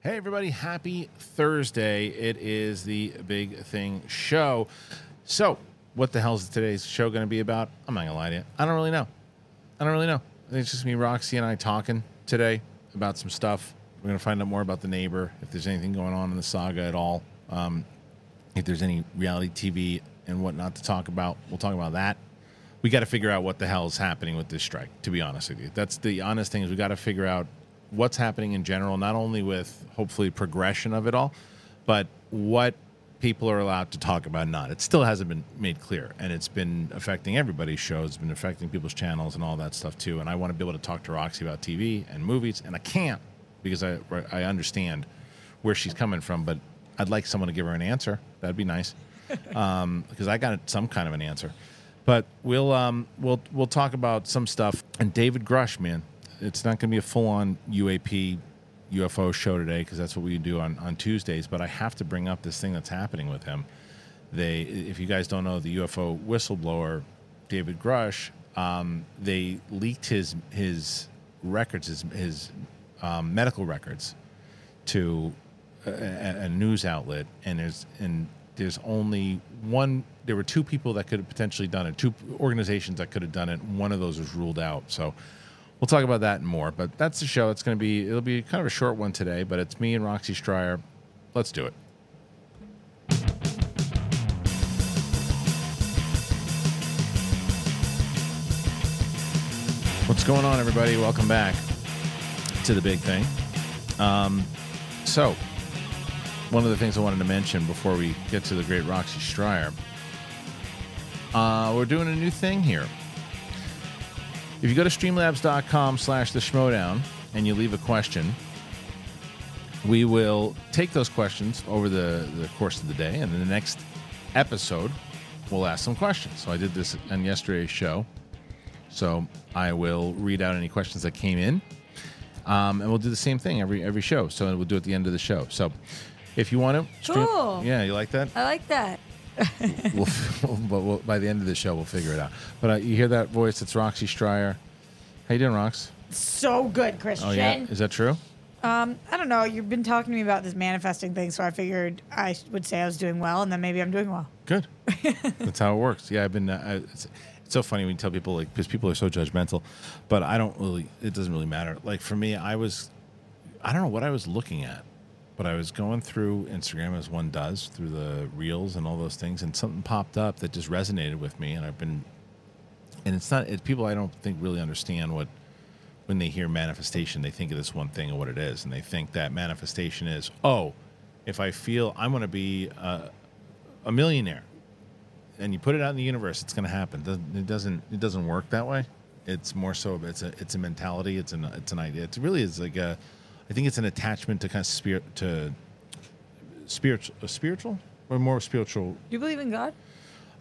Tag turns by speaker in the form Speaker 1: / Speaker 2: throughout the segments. Speaker 1: Hey, everybody, happy Thursday. It is the Big Thing Show. So, what the hell is today's show going to be about? I'm not going to lie to you. I don't really know. I don't really know. I think It's just me, Roxy, and I talking today about some stuff. We're going to find out more about the neighbor, if there's anything going on in the saga at all. Um, if there's any reality TV and whatnot to talk about, we'll talk about that. We got to figure out what the hell is happening with this strike. To be honest with you, that's the honest thing is we got to figure out what's happening in general, not only with hopefully progression of it all, but what people are allowed to talk about. and Not it still hasn't been made clear, and it's been affecting everybody's shows. It's been affecting people's channels and all that stuff too. And I want to be able to talk to Roxy about TV and movies, and I can't because I I understand where she's coming from, but I'd like someone to give her an answer. That'd be nice um, because I got some kind of an answer. But we'll um, we'll we'll talk about some stuff. And David Grush, man, it's not going to be a full on UAP UFO show today because that's what we do on on Tuesdays. But I have to bring up this thing that's happening with him. They, if you guys don't know, the UFO whistleblower David Grush, um, they leaked his his records, his his um, medical records to a, a a news outlet, and there's and there's only one. There were two people that could have potentially done it, two organizations that could have done it. and One of those was ruled out. So we'll talk about that and more. But that's the show. It's going to be it'll be kind of a short one today, but it's me and Roxy Stryer. Let's do it. What's going on, everybody? Welcome back to the big thing. Um, So, one of the things I wanted to mention before we get to the great Roxy Stryer, uh, we're doing a new thing here. If you go to streamlabs.com slash the schmodown and you leave a question, we will take those questions over the, the course of the day, and in the next episode, we'll ask some questions. So I did this on yesterday's show. So I will read out any questions that came in um, and we'll do the same thing every every show. So we'll do it at the end of the show. So if you want to,
Speaker 2: Cool.
Speaker 1: yeah, you like that?
Speaker 2: I like that.
Speaker 1: we'll, but we'll, by the end of the show, we'll figure it out. But uh, you hear that voice? It's Roxy Stryer. How you doing, Rox?
Speaker 2: So good, Christian.
Speaker 1: Oh yeah, is that true?
Speaker 2: Um, I don't know. You've been talking to me about this manifesting thing, so I figured I sh- would say I was doing well, and then maybe I'm doing well.
Speaker 1: Good. That's how it works. Yeah, I've been. Uh, I, it's, it's so funny when you tell people like because people are so judgmental, but I don't really. It doesn't really matter. Like for me, I was, I don't know what I was looking at, but I was going through Instagram as one does through the reels and all those things, and something popped up that just resonated with me, and I've been, and it's not. It's people I don't think really understand what when they hear manifestation, they think of this one thing and what it is, and they think that manifestation is oh, if I feel I'm going to be a, a millionaire, and you put it out in the universe, it's going to happen. Doesn't- It doesn't. It doesn't work that way. It's more so. of- It's a. It's a mentality. It's an. It's an idea. It really is like a. I think it's an attachment to kind of spirit to spiritual spiritual or more spiritual
Speaker 2: Do you believe in God?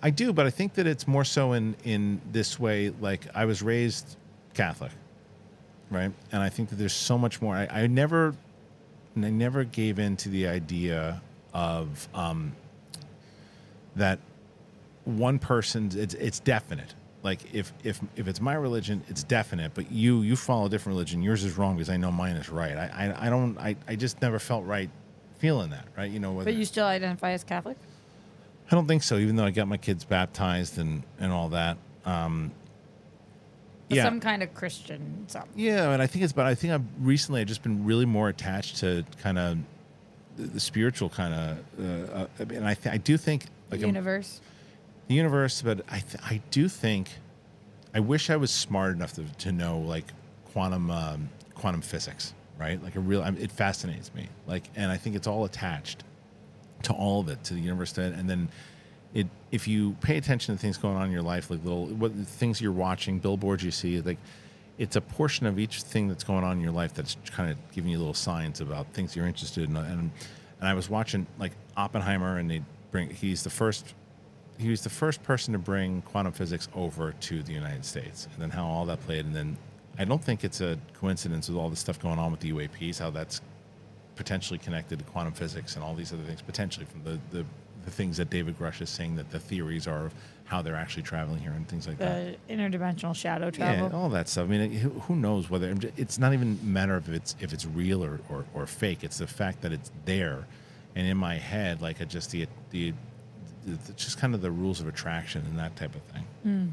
Speaker 1: I do, but I think that it's more so in in this way. Like I was raised Catholic, right? And I think that there's so much more. I, I never, I never gave in to the idea of um, that one person's. It's it's definite. Like if if if it's my religion, it's definite. But you you follow a different religion. Yours is wrong because I know mine is right. I I, I don't. I, I just never felt right feeling that. Right? You know. Whether,
Speaker 2: But you still identify as Catholic?
Speaker 1: I don't think so. Even though I got my kids baptized and and all that. Um,
Speaker 2: But
Speaker 1: yeah,
Speaker 2: Some kind of Christian something.
Speaker 1: yeah, and I think it's. But I think I've recently I've just been really more attached to kind of the, the spiritual kind of. Uh, uh, I mean, I th- I do think like I'm-
Speaker 2: Universe.
Speaker 1: the universe, but I th- I do think I wish I was smart enough to, to know like quantum um, quantum physics, right? Like a real I it fascinates me. Like, and I think it's all attached to all of it to the universe, to it, and then. It, if you pay attention to things going on in your life, like little what things you're watching, billboards you see, like it's a portion of each thing that's going on in your life that's kind of giving you little signs about things you're interested in. And and I was watching like Oppenheimer, and they bring he's the first he was the first person to bring quantum physics over to the United States, and then how all that played, and then I don't think it's a coincidence with all the stuff going on with the UAPs, how that's potentially connected to quantum physics and all these other things potentially from the the, the things that David Grush is saying that the theories are of how they're actually traveling here and things like that.
Speaker 2: The interdimensional shadow
Speaker 1: Yeah,
Speaker 2: travel.
Speaker 1: all that stuff. I mean, who who knows whether it's not even a matter of if it's if it's real or, or, or fake. It's the fact that it's there, and in my head, like I just the the, the just kind of the rules of attraction and that type of thing.
Speaker 2: Mm.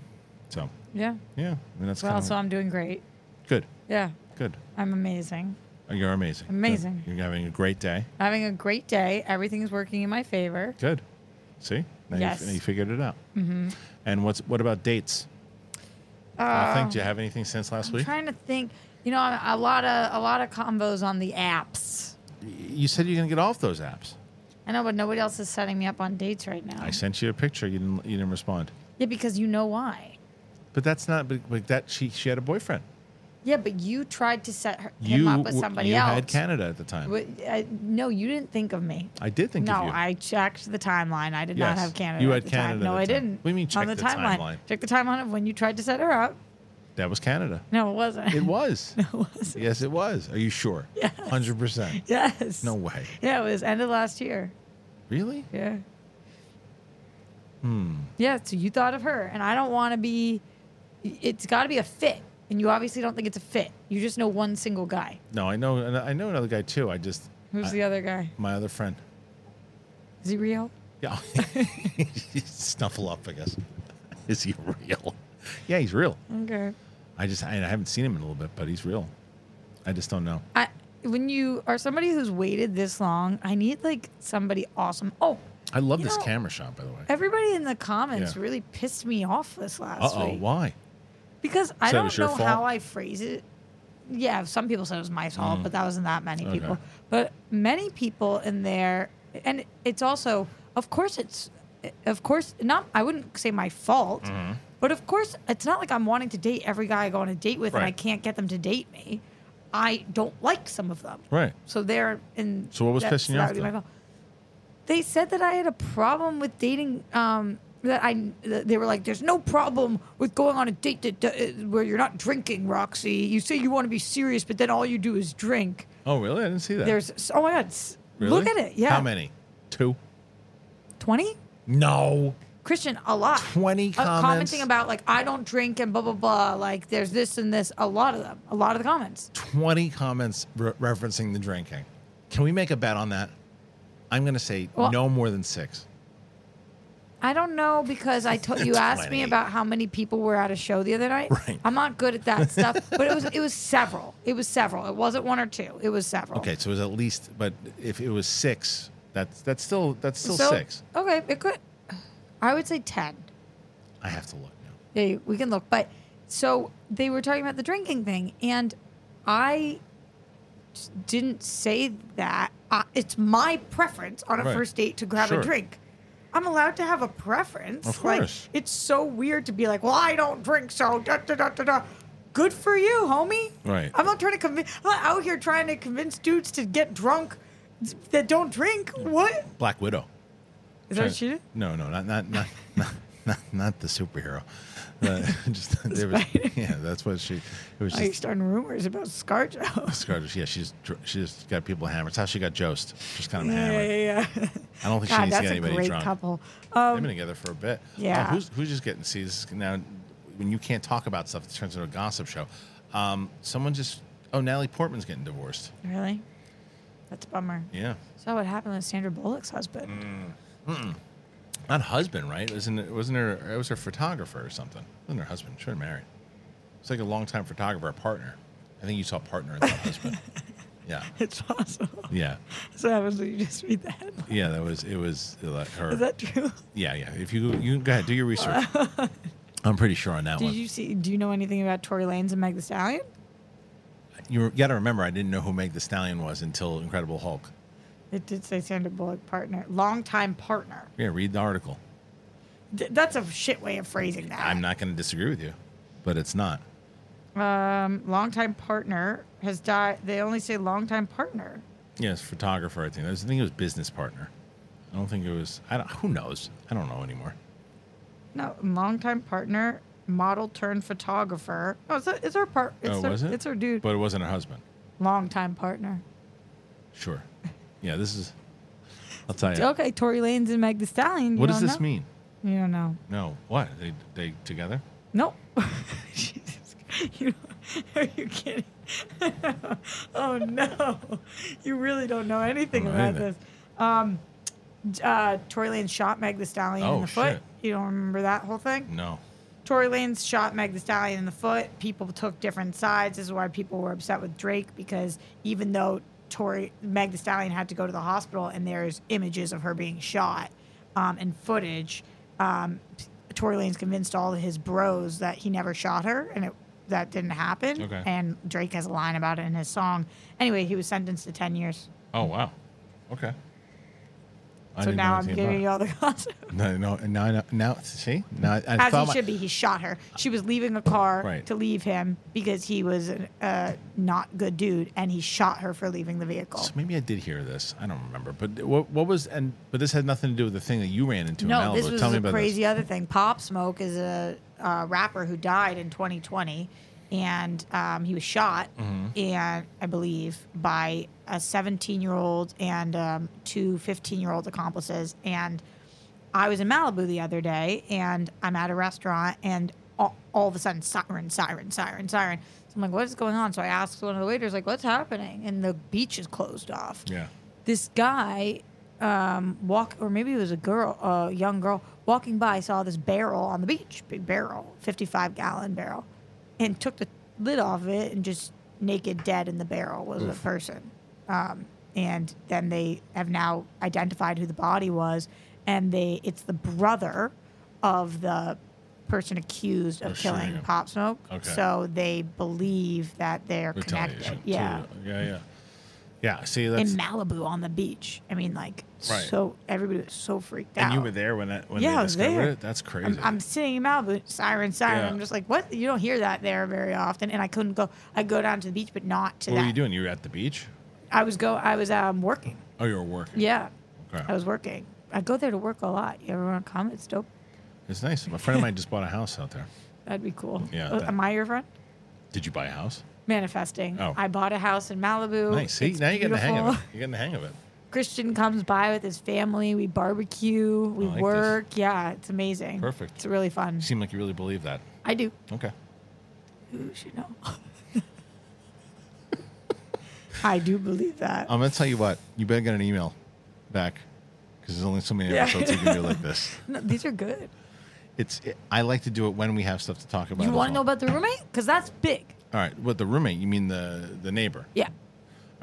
Speaker 1: So
Speaker 2: yeah.
Speaker 1: yeah, I mean that's
Speaker 2: Well,
Speaker 1: kind
Speaker 2: so
Speaker 1: of
Speaker 2: I'm doing great.
Speaker 1: good.
Speaker 2: Yeah.
Speaker 1: Good. Oh,
Speaker 2: I'm amazing.
Speaker 1: You're amazing. Good.
Speaker 2: Amazing.
Speaker 1: You're having a great day.
Speaker 2: Having a great day. Everything's working in my favor.
Speaker 1: Good. See, now
Speaker 2: Yes.
Speaker 1: you, now you figured it out. Mm-hmm. And what's what about dates? I think. Do you have anything since last
Speaker 2: Uh, I'm
Speaker 1: week?
Speaker 2: trying to think. You know, a a lot of a lot of combos on the apps.
Speaker 1: you said you're gonna get off those apps.
Speaker 2: I know, but nobody else is setting me up on dates right now.
Speaker 1: I sent you a picture. You didn't. You didn't respond.
Speaker 2: Yeah, because you know why.
Speaker 1: But that's not. But, but that she she had a boyfriend.
Speaker 2: Yeah, but you tried to set her, him
Speaker 1: you
Speaker 2: up with
Speaker 1: w-
Speaker 2: somebody
Speaker 1: you
Speaker 2: else.
Speaker 1: had Canada at the time.
Speaker 2: What- I- no, you didn't think of me.
Speaker 1: I did think
Speaker 2: no,
Speaker 1: of you.
Speaker 2: I checked the timeline. I did not
Speaker 1: Yes.
Speaker 2: have Canada.
Speaker 1: You had
Speaker 2: at the
Speaker 1: Canada
Speaker 2: Time. No,
Speaker 1: at the
Speaker 2: I
Speaker 1: time.
Speaker 2: didn't.
Speaker 1: What do you mean
Speaker 2: on
Speaker 1: check
Speaker 2: the,
Speaker 1: the
Speaker 2: timeline?
Speaker 1: timeline?
Speaker 2: Check the timeline of when you tried to set her up.
Speaker 1: that was Canada.
Speaker 2: No, it wasn't.
Speaker 1: It was.
Speaker 2: it was.
Speaker 1: yes, it was. Are you sure? Yeah. Hundred percent.
Speaker 2: Yes.
Speaker 1: No way.
Speaker 2: Yeah, it was end of last year.
Speaker 1: Really?
Speaker 2: Yeah. Hmm.
Speaker 1: Hmm.
Speaker 2: Yeah, so you thought of her, and I don't want to be. It's got to be a fit, and you obviously don't think it's a fit. You just know one single guy.
Speaker 1: No, I know. and I know another guy too. I just
Speaker 2: Who's
Speaker 1: I-
Speaker 2: the other guy?
Speaker 1: my other friend.
Speaker 2: Is he real?
Speaker 1: Yeah. Snuffle up, I guess. Is he real? Yeah, he's real.
Speaker 2: Okay.
Speaker 1: I just I, I haven't seen him in a little bit, but he's real. I just don't know.
Speaker 2: I when you are somebody who's waited this long, I need like somebody awesome. Oh,
Speaker 1: I love
Speaker 2: You
Speaker 1: this
Speaker 2: know-
Speaker 1: camera shot, by the way.
Speaker 2: everybody in the comments
Speaker 1: Yeah.
Speaker 2: really pissed me off this
Speaker 1: Uh
Speaker 2: last
Speaker 1: oh,
Speaker 2: week
Speaker 1: why?
Speaker 2: because I
Speaker 1: So it
Speaker 2: don't
Speaker 1: was your
Speaker 2: know
Speaker 1: fault?
Speaker 2: how I phrase it. Yeah, some people said it was my fault, but that wasn't that many
Speaker 1: Mm. Okay.
Speaker 2: people. But many people in there, and it's also, of course, it's, of course, not. I wouldn't say my fault,
Speaker 1: Mm-hmm.
Speaker 2: but of course, it's not like I'm wanting to date every guy I go on a date with, and I
Speaker 1: Right.
Speaker 2: can't get them to date me. I don't like some of them.
Speaker 1: Right.
Speaker 2: So they're in.
Speaker 1: So what was
Speaker 2: that-
Speaker 1: pissing
Speaker 2: so
Speaker 1: you
Speaker 2: that
Speaker 1: off
Speaker 2: would be
Speaker 1: then?
Speaker 2: my fault. They said that I had a problem with dating. Um, that I that they were like, "There's no problem with going on a date that, uh, where you're not drinking, Roxy. You say you want to be serious, but then all you do is drink."
Speaker 1: Oh, really? I didn't see that.
Speaker 2: There's oh my god, s-
Speaker 1: Really?
Speaker 2: look at it. Yeah,
Speaker 1: How many? Two.
Speaker 2: Twenty.
Speaker 1: No.
Speaker 2: Christian, a lot.
Speaker 1: 20 comments.
Speaker 2: Uh, commenting about like I don't drink and blah blah blah. Like there's this and this. A lot of them. A lot of the comments.
Speaker 1: 20 comments re- referencing the drinking. Can we make a bet on that? I'm going to say
Speaker 2: Well-
Speaker 1: no more than six.
Speaker 2: I don't know because I told you asked me
Speaker 1: Twenty.
Speaker 2: about how many people were at a show the other night.
Speaker 1: Right.
Speaker 2: I'm not good at that stuff, but it was it was several. It was several. It wasn't one or two. It was several.
Speaker 1: Okay, so it was at least, but if it was six, that's that's still that's still
Speaker 2: So-
Speaker 1: six.
Speaker 2: Okay, it could. I would say ten.
Speaker 1: I have to look now.
Speaker 2: Yeah, you- we can look. But so they were talking about the drinking thing, and I just didn't say that. Uh, it's my preference on a
Speaker 1: Right.
Speaker 2: first date to grab
Speaker 1: Sure.
Speaker 2: a drink. I'm allowed to have a preference.
Speaker 1: Of
Speaker 2: Like,
Speaker 1: course.
Speaker 2: it's so weird to be like, well, I don't drink, so da da da da da. Good for you, homie.
Speaker 1: Right.
Speaker 2: I'm not trying to convince. I'm not out here trying to convince dudes to get drunk that don't drink.
Speaker 1: Mm.
Speaker 2: What?
Speaker 1: Black Widow.
Speaker 2: Is that what she did?
Speaker 1: No, no, not not not not not, not the superhero. Uh, just there was, yeah, that's what she. It was
Speaker 2: Are you
Speaker 1: just
Speaker 2: starting rumors about ScarJo?
Speaker 1: Scarlett. Yeah, she's dr- she just got people hammered. That's how she got Jost. She's kind of
Speaker 2: Yeah,
Speaker 1: hammered.
Speaker 2: yeah, yeah.
Speaker 1: I don't think she needs
Speaker 2: God,
Speaker 1: to
Speaker 2: that's
Speaker 1: get
Speaker 2: a
Speaker 1: anybody
Speaker 2: great
Speaker 1: drunk.
Speaker 2: couple.
Speaker 1: They've
Speaker 2: Um,
Speaker 1: been together for a bit. Now,
Speaker 2: yeah.
Speaker 1: who's who's just getting see this is- now? When you can't talk about stuff, it turns into a gossip show. Um, someone just oh, Natalie Portman's getting divorced.
Speaker 2: really? That's a bummer.
Speaker 1: Yeah,
Speaker 2: Saw what happened with Sandra Bullock's husband.
Speaker 1: Mm. not husband, right? Wasn't it, wasn't her? It was her photographer or something. Wasn't her husband? She was married. It's like a longtime photographer, a partner. I think you saw partner and not husband. Yeah,
Speaker 2: It's possible.
Speaker 1: yeah,
Speaker 2: So happens when you just read that.
Speaker 1: yeah. That was it. Was like her?
Speaker 2: Is that true?
Speaker 1: yeah, yeah. If you you go ahead, do your research. I'm pretty sure on that
Speaker 2: Did
Speaker 1: one.
Speaker 2: you see? Do you know anything about Tory Lanez and Meg The Stallion?
Speaker 1: you got to remember, I didn't know who Meg the Stallion was until Incredible Hulk.
Speaker 2: It did say Sandra Bullock partner, longtime partner.
Speaker 1: Yeah, read the article.
Speaker 2: Th- that's a shit way of phrasing that.
Speaker 1: I'm not going to disagree with you, but it's not.
Speaker 2: Um, longtime partner has died. They only say longtime partner.
Speaker 1: Yes, photographer. I think. I was- I think it was business partner. I don't think it was. I don't. Who knows? I don't know anymore.
Speaker 2: No, longtime partner, model turned photographer. Oh, it's, it's her part. It's
Speaker 1: oh,
Speaker 2: her,
Speaker 1: was it?
Speaker 2: It's her dude.
Speaker 1: But it wasn't her husband.
Speaker 2: longtime partner.
Speaker 1: Sure. Yeah. This is. I'll tell you.
Speaker 2: Okay, Tory Lanez and Meg The Stallion. You
Speaker 1: What does
Speaker 2: don't
Speaker 1: this
Speaker 2: know?
Speaker 1: mean?
Speaker 2: You don't know.
Speaker 1: No. What? They they together?
Speaker 2: No. Jesus. You are you kidding? oh no. You really don't know anything
Speaker 1: Don't know
Speaker 2: about
Speaker 1: anything.
Speaker 2: this. Um j- uh Tory Lanez shot Meg the Stallion
Speaker 1: Oh,
Speaker 2: in the foot.
Speaker 1: shit.
Speaker 2: You don't remember that whole thing?
Speaker 1: No.
Speaker 2: Tory Lanez shot Meg the Stallion in the foot. People took different sides. This is why people were upset with Drake because even though Tory Meg the Stallion had to go to the hospital and there's images of her being shot um, and footage, um, Tory Lanez convinced all his bros that he never shot her and it, that didn't happen.
Speaker 1: Okay.
Speaker 2: And Drake has a line about it in his song. Anyway, he was sentenced to ten years.
Speaker 1: Oh wow. Okay. I
Speaker 2: So
Speaker 1: didn't know
Speaker 2: now I'm
Speaker 1: anything about
Speaker 2: giving
Speaker 1: it.
Speaker 2: you all the gossip.
Speaker 1: No, no, no, no, now, see? Now, I, I
Speaker 2: As
Speaker 1: thought
Speaker 2: he
Speaker 1: my-
Speaker 2: should be. He shot her. She was leaving a car
Speaker 1: Right.
Speaker 2: to leave him because he was a uh, not good dude, and he shot her for leaving the vehicle.
Speaker 1: So maybe I did hear this. I don't remember. But what, what was, and, but this had nothing to do with the thing that you ran into in
Speaker 2: No,
Speaker 1: Malibu.
Speaker 2: this was
Speaker 1: Tell me
Speaker 2: a
Speaker 1: about
Speaker 2: crazy other thing. Pop Smoke is a uh, rapper who died in 2020, and um, he was shot,
Speaker 1: Mm-hmm.
Speaker 2: and I believe by a 17 year old and um, two 15 year old accomplices. And I was in Malibu the other day, and I'm at a restaurant, and all, all of a sudden siren, siren, siren, siren. So I'm like, what is going on? So I asked one of the waiters, like, what's happening? And the beach is closed off
Speaker 1: this. Yeah.
Speaker 2: this guy um, walk or maybe it was a girl a young girl walking by saw this barrel on the beach big barrel 55 gallon barrel and took the lid off it and just naked dead in the barrel was a person um, and then they have now identified who the body was and they it's the brother of the person accused of
Speaker 1: Of shooting
Speaker 2: killing
Speaker 1: him.
Speaker 2: pop smoke
Speaker 1: Oh, Okay.
Speaker 2: so they believe that they're connected
Speaker 1: Retaliation.
Speaker 2: yeah
Speaker 1: To- yeah, yeah. Yeah, see, that's.
Speaker 2: in Malibu on the beach. I mean, like,
Speaker 1: Right.
Speaker 2: so everybody was so freaked out.
Speaker 1: and you were there when, that, when
Speaker 2: Yeah,
Speaker 1: they
Speaker 2: I was
Speaker 1: discovered
Speaker 2: there.
Speaker 1: it? That's crazy.
Speaker 2: I'm, I'm sitting in Malibu, siren, siren.
Speaker 1: Yeah.
Speaker 2: I'm just like, what? You don't hear that there very often. And I couldn't go. I go down to the beach, but not to
Speaker 1: what
Speaker 2: that.
Speaker 1: were you doing? You were at the beach?
Speaker 2: I was go. I was um working.
Speaker 1: Oh, you were working.
Speaker 2: Yeah,
Speaker 1: Okay.
Speaker 2: I was working. I go there to work a lot. You ever want to come? It's dope.
Speaker 1: It's nice. My friend of mine just bought a house out there.
Speaker 2: That'd be cool.
Speaker 1: Yeah,
Speaker 2: Uh,
Speaker 1: that-
Speaker 2: am I your friend?
Speaker 1: Did you buy a house?
Speaker 2: Manifesting.
Speaker 1: Oh.
Speaker 2: I bought a house in Malibu.
Speaker 1: Nice. See,
Speaker 2: Oh, It's
Speaker 1: now you're getting the hang of it.
Speaker 2: beautiful.
Speaker 1: You're getting the hang of it.
Speaker 2: Christian comes by with his family. We barbecue. We
Speaker 1: I like this.
Speaker 2: work. Yeah, it's amazing.
Speaker 1: Perfect.
Speaker 2: It's really fun.
Speaker 1: You seem like you really believe that.
Speaker 2: I do.
Speaker 1: Okay.
Speaker 2: Who should know? I do believe that.
Speaker 1: I'm going to tell you what. You better get an email back because there's only so many
Speaker 2: Yeah.
Speaker 1: episodes you can do like this.
Speaker 2: No, these are good.
Speaker 1: It's. It, I like to do it when we have stuff to talk about.
Speaker 2: You
Speaker 1: as
Speaker 2: want to know
Speaker 1: well.
Speaker 2: about the roommate? Because that's big.
Speaker 1: All right. What the roommate? You mean the the neighbor?
Speaker 2: Yeah,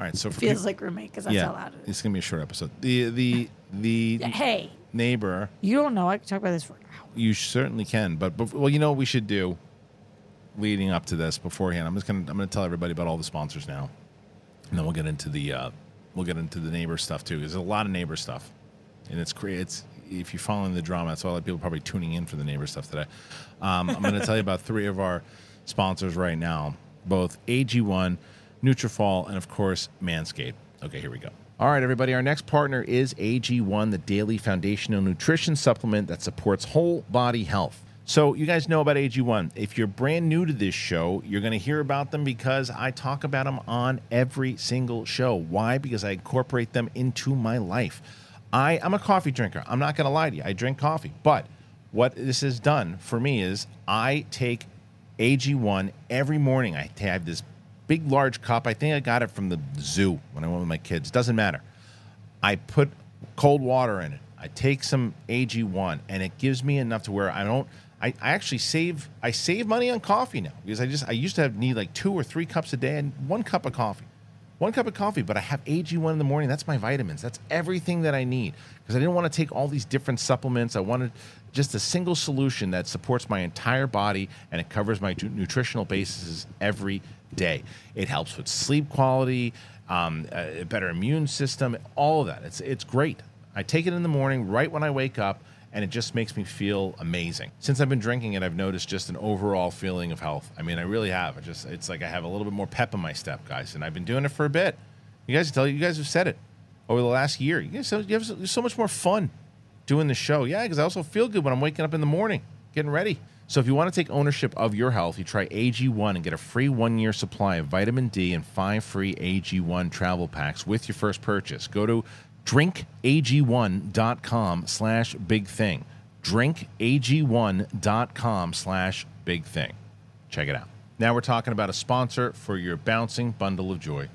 Speaker 1: All right. So for
Speaker 2: feels
Speaker 1: peop-
Speaker 2: like roommate because that's
Speaker 1: yeah,
Speaker 2: how loud it is.
Speaker 1: it's gonna be a short episode. The the the
Speaker 2: Yeah, Hey,
Speaker 1: neighbor.
Speaker 2: you don't know. I can talk about this for an hour.
Speaker 1: You certainly can. But, but well, you know what we should do. Leading up to this beforehand, I'm just gonna I'm gonna tell everybody about all the sponsors now, and then we'll get into the uh, we'll get into the neighbor stuff too. There's a lot of neighbor stuff, and it's cra- it's if you're following the drama, that's why a lot of people are probably tuning in for the neighbor stuff today. Um, I'm gonna tell you about three of our sponsors right now, both AG1, Nutrafol, and of course Manscaped. Okay, here we go. All right, everybody. Our next partner is AG1, the daily foundational nutrition supplement that supports whole body health. So, you guys know about AG1. If you're brand new to this show, you're going to hear about them because I talk about them on every single show. Why? Because I incorporate them into my life. I, I'm a coffee drinker. I'm not going to lie to you. I drink coffee. But what this has done for me is I take AG1 every morning. I have this big, large cup. I think I got it from the zoo when I went with my kids. Doesn't matter. I put cold water in it. I take some AG1, and it gives me enough to where I don't. I, I actually save. I save money on coffee now because I just I used to have need like two or three cups a day and one cup of coffee, one cup of coffee. But I have AG1 in the morning. That's my vitamins. That's everything that I need because I didn't want to take all these different supplements. I wanted just a single solution that supports my entire body and it covers my tu- nutritional bases every day. It helps with sleep quality, um, a a better immune system, all of that. It's it's great. I take it in the morning, right when I wake up, and it just makes me feel amazing. Since I've been drinking it, I've noticed just an overall feeling of health. I mean, I really have. I just it's like I have a little bit more pep in my step, guys, and I've been doing it for a bit. You guys tell you guys have said it over the last year. You guys have, you have so, so much more fun doing the show. Yeah, because I also feel good when I'm waking up in the morning, getting ready. So if you want to take ownership of your health, you try AG1 and get a free one year supply of vitamin D and five free AG1 travel packs with your first purchase. Go to drinkag1.com slash big thing. Drinkag1.com slash big thing. Check it out. Now we're talking about a sponsor for your bouncing bundle of joy.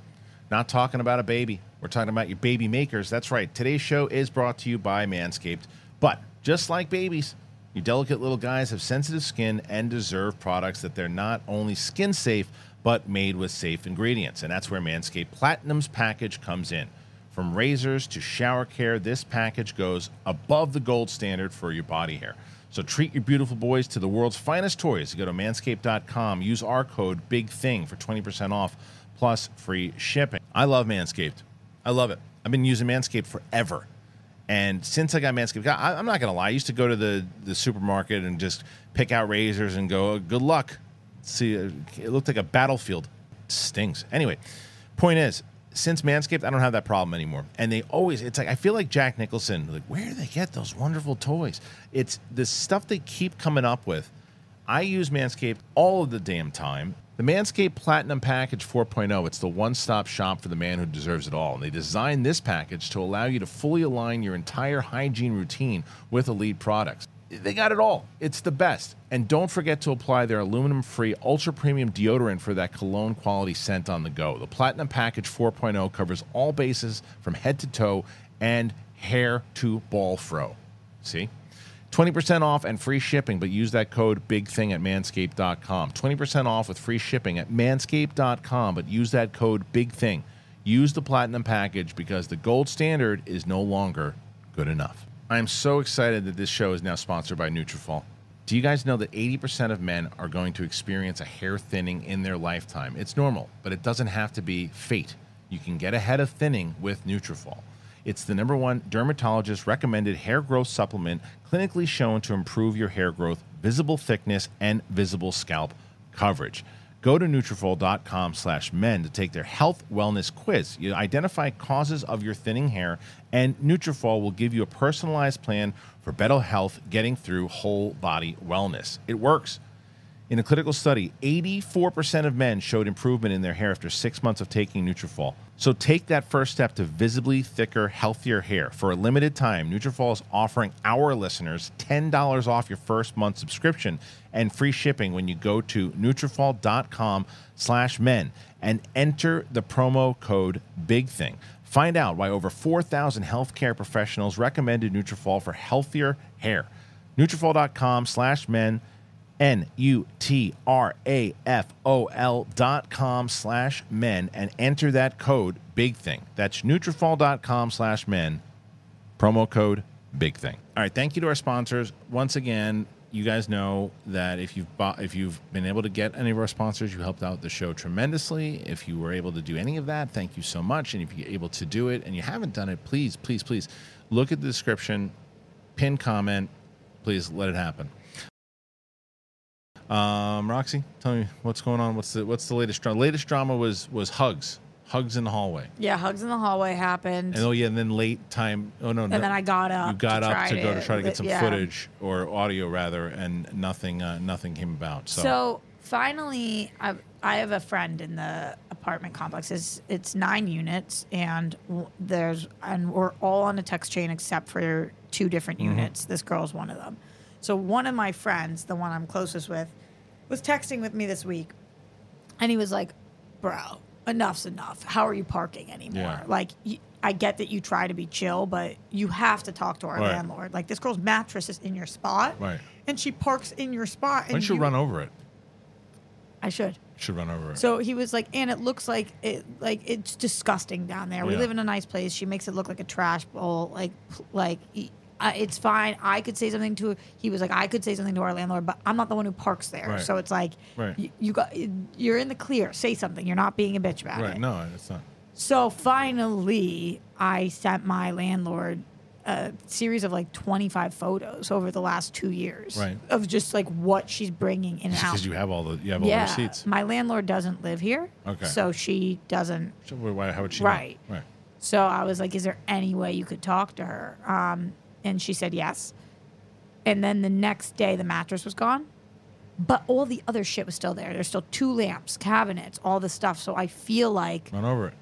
Speaker 1: Not talking about a baby. We're talking about your baby makers. That's right. Today's show is brought to you by Manscaped. But just like babies, you delicate little guys have sensitive skin and deserve products that they're not only skin safe, but made with safe ingredients. And that's where Manscaped Platinum's package comes in. From razors to shower care, this package goes above the gold standard for your body hair. So treat your beautiful boys to the world's finest toys. Go to manscaped.com, use our code BIGTHING for 20% off plus free shipping. I love Manscaped. I love it. I've been using Manscaped forever. And since I got Manscaped, I, I'm not going to lie. I used to go to the, the supermarket and just pick out razors and go, "Oh, good luck. See, uh, it looked like a battlefield. Stings. Anyway, point is, since Manscaped, I don't have that problem anymore. And they always, it's like, I feel like Jack Nicholson, like, where do they get those wonderful toys? It's the stuff they keep coming up with. I use Manscaped all of the damn time. The Manscaped Platinum Package 4.0, it's the one stop shop for the man who deserves it all. And they designed this package to allow you to fully align your entire hygiene routine with elite products. They got it all. It's the best. And don't forget to apply their aluminum free, ultra premium deodorant for that cologne quality scent on the go. The Platinum Package 4.0 covers all bases from head to toe and hair to ball fro. See? 20% off and free shipping, but use that code BIGTHING at manscaped.com. 20% off with free shipping at manscaped.com, but use that code BIGTHING. Use the platinum package because the gold standard is no longer good enough. I am so excited that this show is now sponsored by Nutrafol. Do you guys know that 80% of men are going to experience a hair thinning in their lifetime? It's normal, but it doesn't have to be fate. You can get ahead of thinning with Nutrafol. It's the number one dermatologist recommended hair growth supplement clinically shown to improve your hair growth, visible thickness, and visible scalp coverage. Go to Nutrafol.com slash men to take their health wellness quiz. You identify causes of your thinning hair, and Nutrafol will give you a personalized plan for better health, getting through whole body wellness. It works. In a clinical study, 84% of men showed improvement in their hair after six months of taking Nutrafol. So take that first step to visibly thicker, healthier hair. For a limited time, Nutrafol is offering our listeners $10 off your first month subscription and free shipping when you go to Nutrafol.com slash men and enter the promo code BIGTHING. Find out why over 4,000 healthcare professionals recommended Nutrafol for healthier hair. Nutrafol.com slash men N U T R A F O L dot com slash men and enter that code big thing. That's Nutrafol.com slash men, promo code big thing. All right, thank you to our sponsors. Once again, you guys know that if you've bought, if you've been able to get any of our sponsors, you helped out the show tremendously. If you were able to do any of that, thank you so much. And if you're able to do it and you haven't done it, please, please, please look at the description, pin comment, please let it happen. Um, Roxy, tell me what's going on. What's the what's the latest drama? Latest drama was was hugs, hugs in the hallway,
Speaker 2: Yeah, hugs in the hallway happened,
Speaker 1: and
Speaker 2: and,
Speaker 1: oh yeah, and then late time. Oh no, no
Speaker 2: then I got up.
Speaker 1: you got
Speaker 2: to
Speaker 1: up
Speaker 2: try
Speaker 1: to go to try to
Speaker 2: li-
Speaker 1: get some
Speaker 2: yeah.
Speaker 1: footage or audio rather, and nothing uh, nothing came about. So,
Speaker 2: So, finally, I, I have a friend in the apartment complex. It's, it's nine units, and w- there's and we're all on a text chain except for two different
Speaker 1: Mm-hmm.
Speaker 2: units. This girl's one of them. So one of my friends, the one I'm closest with, was texting with me this week, and he was like, "Bro, enough's enough. How are you parking anymore?
Speaker 1: Yeah.
Speaker 2: Like." y I I get that you try to be chill, but you have to talk to our
Speaker 1: Right.
Speaker 2: landlord. Like this girl's mattress is in your spot,
Speaker 1: Right.
Speaker 2: and she parks in your spot. And
Speaker 1: why don't you
Speaker 2: you
Speaker 1: run over it?
Speaker 2: I should.
Speaker 1: Should run over it.
Speaker 2: So he was like, and it looks like it, like it's disgusting down there. We
Speaker 1: Yeah.
Speaker 2: live in a nice place. She makes it look like a trash bowl. Like, like e- I- it's fine. I could say something to. He was like, I could say something to our landlord, but I'm not the one who parks there.
Speaker 1: Right.
Speaker 2: So it's like,
Speaker 1: Right.
Speaker 2: you, you got, you're in the clear. Say something. You're not being a bitch about
Speaker 1: right?
Speaker 2: it.
Speaker 1: No, it's not.
Speaker 2: So finally, I sent my landlord a series of like 25 photos over the last two years
Speaker 1: Right.
Speaker 2: of just like what she's bringing in and out.
Speaker 1: Because you have all the you have all the receipts.
Speaker 2: My landlord doesn't live here.
Speaker 1: Okay.
Speaker 2: So she doesn't.
Speaker 1: So why, how would she know?
Speaker 2: Right.
Speaker 1: Right.
Speaker 2: So I was like, is there any way you could talk to her? Um, and she said yes. And then the next day, the mattress was gone. But all the other shit was still there. There's still two lamps, cabinets, all the stuff. So I feel like,
Speaker 1: Run over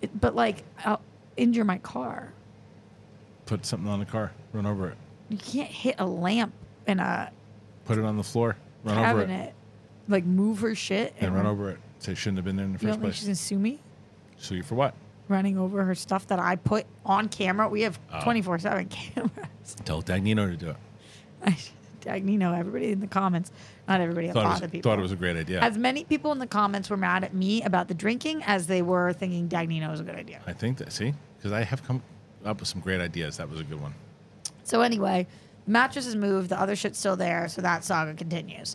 Speaker 1: it.
Speaker 2: but like, uh, injure my car.
Speaker 1: Put something on the car. Run over it.
Speaker 2: You can't hit a lamp in a
Speaker 1: Put it on the floor. Run over it.
Speaker 2: cabinet. Like move her shit
Speaker 1: And run over it. Say it shouldn't have been there in the
Speaker 2: You
Speaker 1: first
Speaker 2: don't think she's
Speaker 1: place.
Speaker 2: gonna sue me?
Speaker 1: Sue you for what?
Speaker 2: Running over her stuff that I put on camera. We have
Speaker 1: Ah.
Speaker 2: twenty four seven cameras.
Speaker 1: Tell Dagnino to do it.
Speaker 2: I Dagnino, everybody in the comments, not everybody, a
Speaker 1: Thought it
Speaker 2: lot
Speaker 1: was,
Speaker 2: of people.
Speaker 1: thought it was a great idea.
Speaker 2: As many people in the comments were mad at me about the drinking as they were thinking Dagnino was a good idea.
Speaker 1: I think that see because I have come up with some great ideas. That was a good one.
Speaker 2: So anyway, mattress is moved. The other shit's still there. So that saga continues.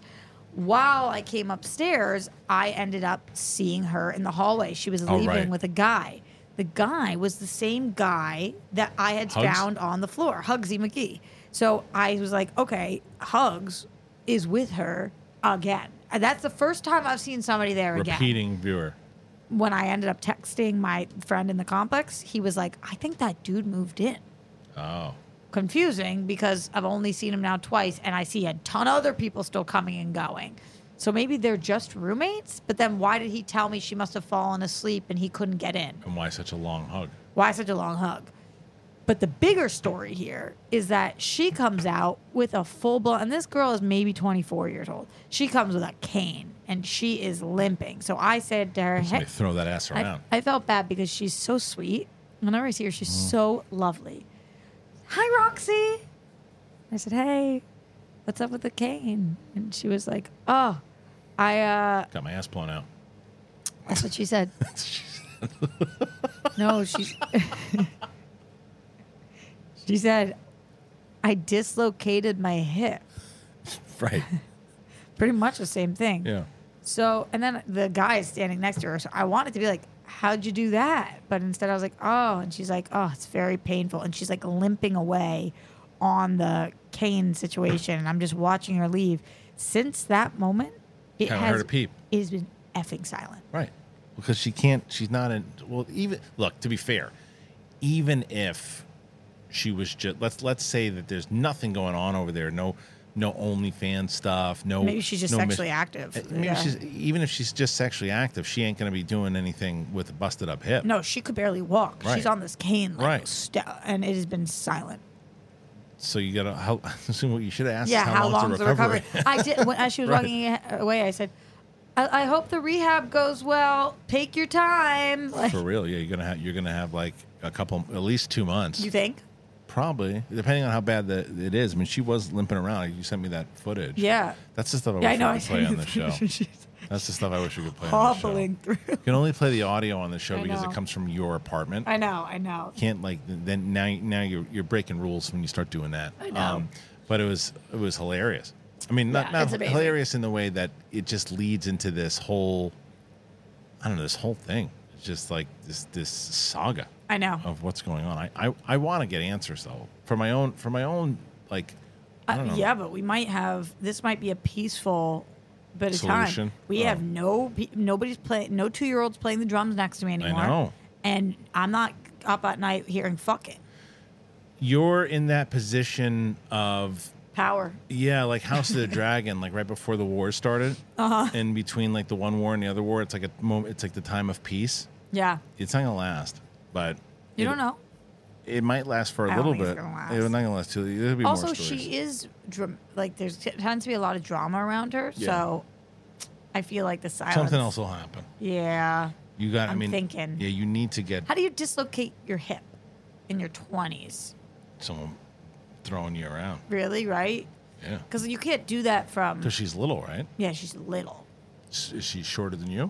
Speaker 2: While I came upstairs, I ended up seeing her in the hallway. She was
Speaker 1: Oh,
Speaker 2: leaving
Speaker 1: right.
Speaker 2: with a guy. The guy was the same guy that I had
Speaker 1: Hugs?
Speaker 2: found on the floor, Hugsy McGee. So I was like, okay, Hugs is with her again. And that's the first time I've seen somebody there again
Speaker 1: Repeating viewer.
Speaker 2: when I ended up texting my friend in the complex, he was like, I think that dude moved in.
Speaker 1: Oh,
Speaker 2: Confusing because I've only seen him now twice and I see a ton of other people still coming and going. So maybe they're just roommates, but then why did he tell me she must have fallen asleep and he couldn't get in?
Speaker 1: and why such a long hug?
Speaker 2: Why such a long hug? But the bigger story here is that she comes out with a full blown, and this girl is maybe 24 years old. She comes with a cane and she is limping. So I said to her,
Speaker 1: They
Speaker 2: hey,
Speaker 1: throw that ass
Speaker 2: I,
Speaker 1: around.
Speaker 2: I felt bad because she's so sweet. Whenever I see her, she's so lovely. Hi, Roxy. I said, Hey, what's up with the cane? And she was like, Oh, I, uh,
Speaker 1: Got my ass blown out.
Speaker 2: that's what she said. no, she, she said, I dislocated my hip.
Speaker 1: Right.
Speaker 2: Pretty much the same thing.
Speaker 1: Yeah.
Speaker 2: So, and then the guy is standing next to her. So I wanted to be like, How'd you do that? But instead I was like, Oh. And she's like, Oh, it's very painful. And she's like limping away on the cane situation. And I'm just watching her leave. Since that moment, it
Speaker 1: Haven't
Speaker 2: has
Speaker 1: heard a peep.
Speaker 2: It has been effing silent.
Speaker 1: Right. Because she can't. She's not in. Well, even look. To be fair, even if she was just let's let's say that there's nothing going on over there. No, no OnlyFans stuff. No.
Speaker 2: Maybe she's just
Speaker 1: no mis-
Speaker 2: sexually active.
Speaker 1: Maybe
Speaker 2: Yeah.
Speaker 1: she's even if she's just sexually active, she ain't gonna be doing anything with a busted up hip.
Speaker 2: no, she could barely walk.
Speaker 1: Right.
Speaker 2: She's on this cane, like,
Speaker 1: Right.
Speaker 2: st- and it has been silent.
Speaker 1: So you gotta. How, I assume what you should ask.
Speaker 2: Yeah,
Speaker 1: is
Speaker 2: how,
Speaker 1: long's
Speaker 2: long's the recovery? I did when, as she was
Speaker 1: Right.
Speaker 2: walking away. I said, I, "I hope the rehab goes well. Take your time." Like,
Speaker 1: For real, yeah, you're gonna have you're gonna have like a couple, at least two months,
Speaker 2: you think?
Speaker 1: probably, depending on how bad the, it is. I mean, she was limping around. You sent me that footage.
Speaker 2: Yeah.
Speaker 1: that's the stuff I wish
Speaker 2: Yeah, I know.
Speaker 1: we
Speaker 2: I
Speaker 1: could play
Speaker 2: said
Speaker 1: on the show.
Speaker 2: She's
Speaker 1: That's the stuff I wish we could play on the show.
Speaker 2: hobbling
Speaker 1: You
Speaker 2: through.
Speaker 1: can only play the audio on the show
Speaker 2: I
Speaker 1: because
Speaker 2: know.
Speaker 1: it comes from your apartment.
Speaker 2: I know. I know.
Speaker 1: can't like then now now you're you're breaking rules when you start doing that. Um,
Speaker 2: I know.
Speaker 1: but it was it was hilarious. I mean, not,
Speaker 2: Yeah,
Speaker 1: not
Speaker 2: it's amazing.
Speaker 1: hilarious in the way that it just leads into this whole I don't know this whole thing. It's just like this this saga
Speaker 2: I know.
Speaker 1: of what's going on. I I, I want to get answers though for my own for my own like I don't
Speaker 2: Uh,
Speaker 1: know.
Speaker 2: yeah, but we might have this might be a peaceful bit of
Speaker 1: Solution?
Speaker 2: time. We
Speaker 1: Oh.
Speaker 2: have no pe- nobody's playing no two year olds playing the drums next to me anymore.
Speaker 1: know.
Speaker 2: And I'm not up at night hearing fucking
Speaker 1: You're in that position of
Speaker 2: power.
Speaker 1: Yeah, like House of the Dragon, like right before the war started, uh-huh. in between like the one war and the other war, it's like a moment. It's like the time of peace.
Speaker 2: Yeah.
Speaker 1: It's not gonna last, but
Speaker 2: You
Speaker 1: it,
Speaker 2: don't know.
Speaker 1: It might last for a
Speaker 2: I don't
Speaker 1: little
Speaker 2: think
Speaker 1: bit.
Speaker 2: it's gonna last.
Speaker 1: It's not gonna last too. There'll be
Speaker 2: also
Speaker 1: more
Speaker 2: she
Speaker 1: stories.
Speaker 2: is dram- like there's t- tends to be a lot of drama around her
Speaker 1: Yeah.
Speaker 2: so i feel like the silence
Speaker 1: Something else will happen.
Speaker 2: yeah
Speaker 1: You got. i
Speaker 2: I'm
Speaker 1: mean,
Speaker 2: thinking.
Speaker 1: Yeah, you need to get
Speaker 2: how do you dislocate your hip in your 20s
Speaker 1: someone throwing you around.
Speaker 2: really right
Speaker 1: Yeah,
Speaker 2: because you can't do that from
Speaker 1: because she's little, right?
Speaker 2: yeah she's little
Speaker 1: S- Is she shorter than you?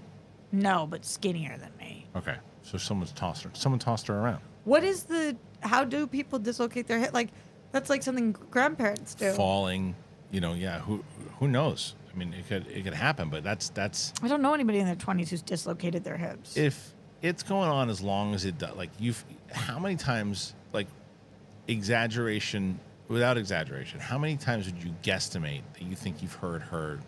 Speaker 2: no but skinnier than me
Speaker 1: Okay, so someone's tossed her. Someone tossed her around.
Speaker 2: what is the how do people dislocate their hip like that's like something grandparents do
Speaker 1: Falling. You know. Yeah. Who Who knows? I mean, it could it could happen, but that's that's.
Speaker 2: i don't know anybody in their 20s who's dislocated their hips
Speaker 1: if it's going on as long as it does, like you've, how many times, like exaggeration, without exaggeration, how many times would you guesstimate that you think you've heard her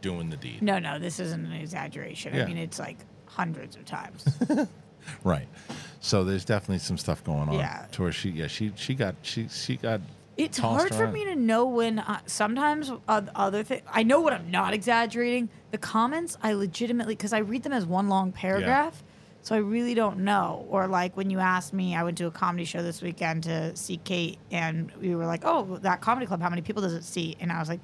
Speaker 1: doing the deed?
Speaker 2: no no this isn't an exaggeration
Speaker 1: Yeah.
Speaker 2: i mean it's like hundreds of times
Speaker 1: Right. So there's definitely some stuff going on.
Speaker 2: Yeah.
Speaker 1: To where she, yeah, she, she got, she, she got.
Speaker 2: It's
Speaker 1: tossed
Speaker 2: hard for
Speaker 1: around.
Speaker 2: me to know when. I, sometimes uh, other thing, I know when I'm not exaggerating. The comments I legitimately because I read them as one long paragraph, So I really don't know. Or like when you asked me, I went to a comedy show this weekend to see Kate, and we were like, "Oh, that comedy club, how many people does it seat?" And I was like,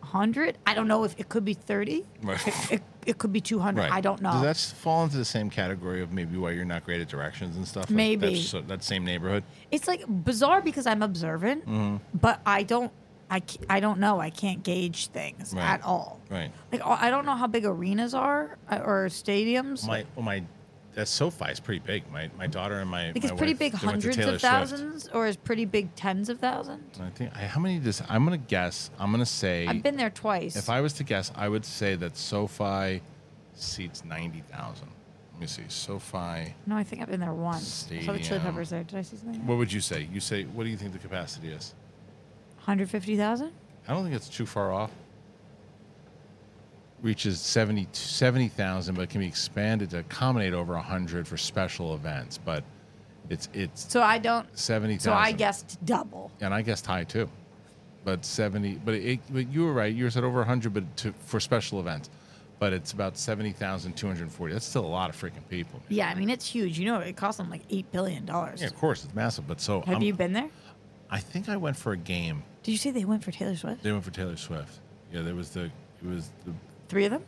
Speaker 2: "100." I don't know if it could be 30.
Speaker 1: Right.
Speaker 2: It, it, it could be 200. I don't know.
Speaker 1: Does that s- fall into the same category of maybe why you're not great at directions and stuff? Like,
Speaker 2: Maybe.
Speaker 1: that's so- that same neighborhood.
Speaker 2: it's like bizarre because I'm observant,
Speaker 1: Mm-hmm.
Speaker 2: but I don't. I, c- I don't know. I can't gauge things
Speaker 1: Right.
Speaker 2: at all.
Speaker 1: Right.
Speaker 2: Like I I don't know how big arenas are uh, or stadiums.
Speaker 1: My well, my that SoFi is pretty big. My my daughter and my
Speaker 2: like it's
Speaker 1: my
Speaker 2: pretty
Speaker 1: wife,
Speaker 2: big
Speaker 1: they went to
Speaker 2: hundreds
Speaker 1: Taylor
Speaker 2: of
Speaker 1: Swift.
Speaker 2: thousands or is pretty big tens of thousands?
Speaker 1: And I think I- how many does I'm gonna guess. I'm gonna say
Speaker 2: I've been there twice.
Speaker 1: if I was to guess, I would say that SoFi seats ninety thousand. Let me see. SoFi.
Speaker 2: no, I think I've been there once. I saw the Chili
Speaker 1: Stadium.
Speaker 2: Peppers there. Did I see something?
Speaker 1: What would you say? You say what do you think the capacity is?
Speaker 2: Hundred fifty thousand.
Speaker 1: I don't think it's too far off. Reaches 70 70,000, but can be expanded to accommodate over 100 for special events. But it's it's
Speaker 2: So I don't.
Speaker 1: 70,000.
Speaker 2: So I guessed double.
Speaker 1: And I guessed high too. But 70, but it, but you were right. You said over 100, but to, for special events. But it's about 70,240. That's still a lot of freaking people. man.
Speaker 2: Yeah, I mean it's huge. You know, it cost them like eight billion dollars.
Speaker 1: Yeah, of course, it's massive. But so
Speaker 2: Have
Speaker 1: I'm-
Speaker 2: you been there?
Speaker 1: I think I went for a game.
Speaker 2: Did you say they went for Taylor Swift?
Speaker 1: They went for Taylor Swift. Yeah, there was the, it was the,
Speaker 2: Three of them.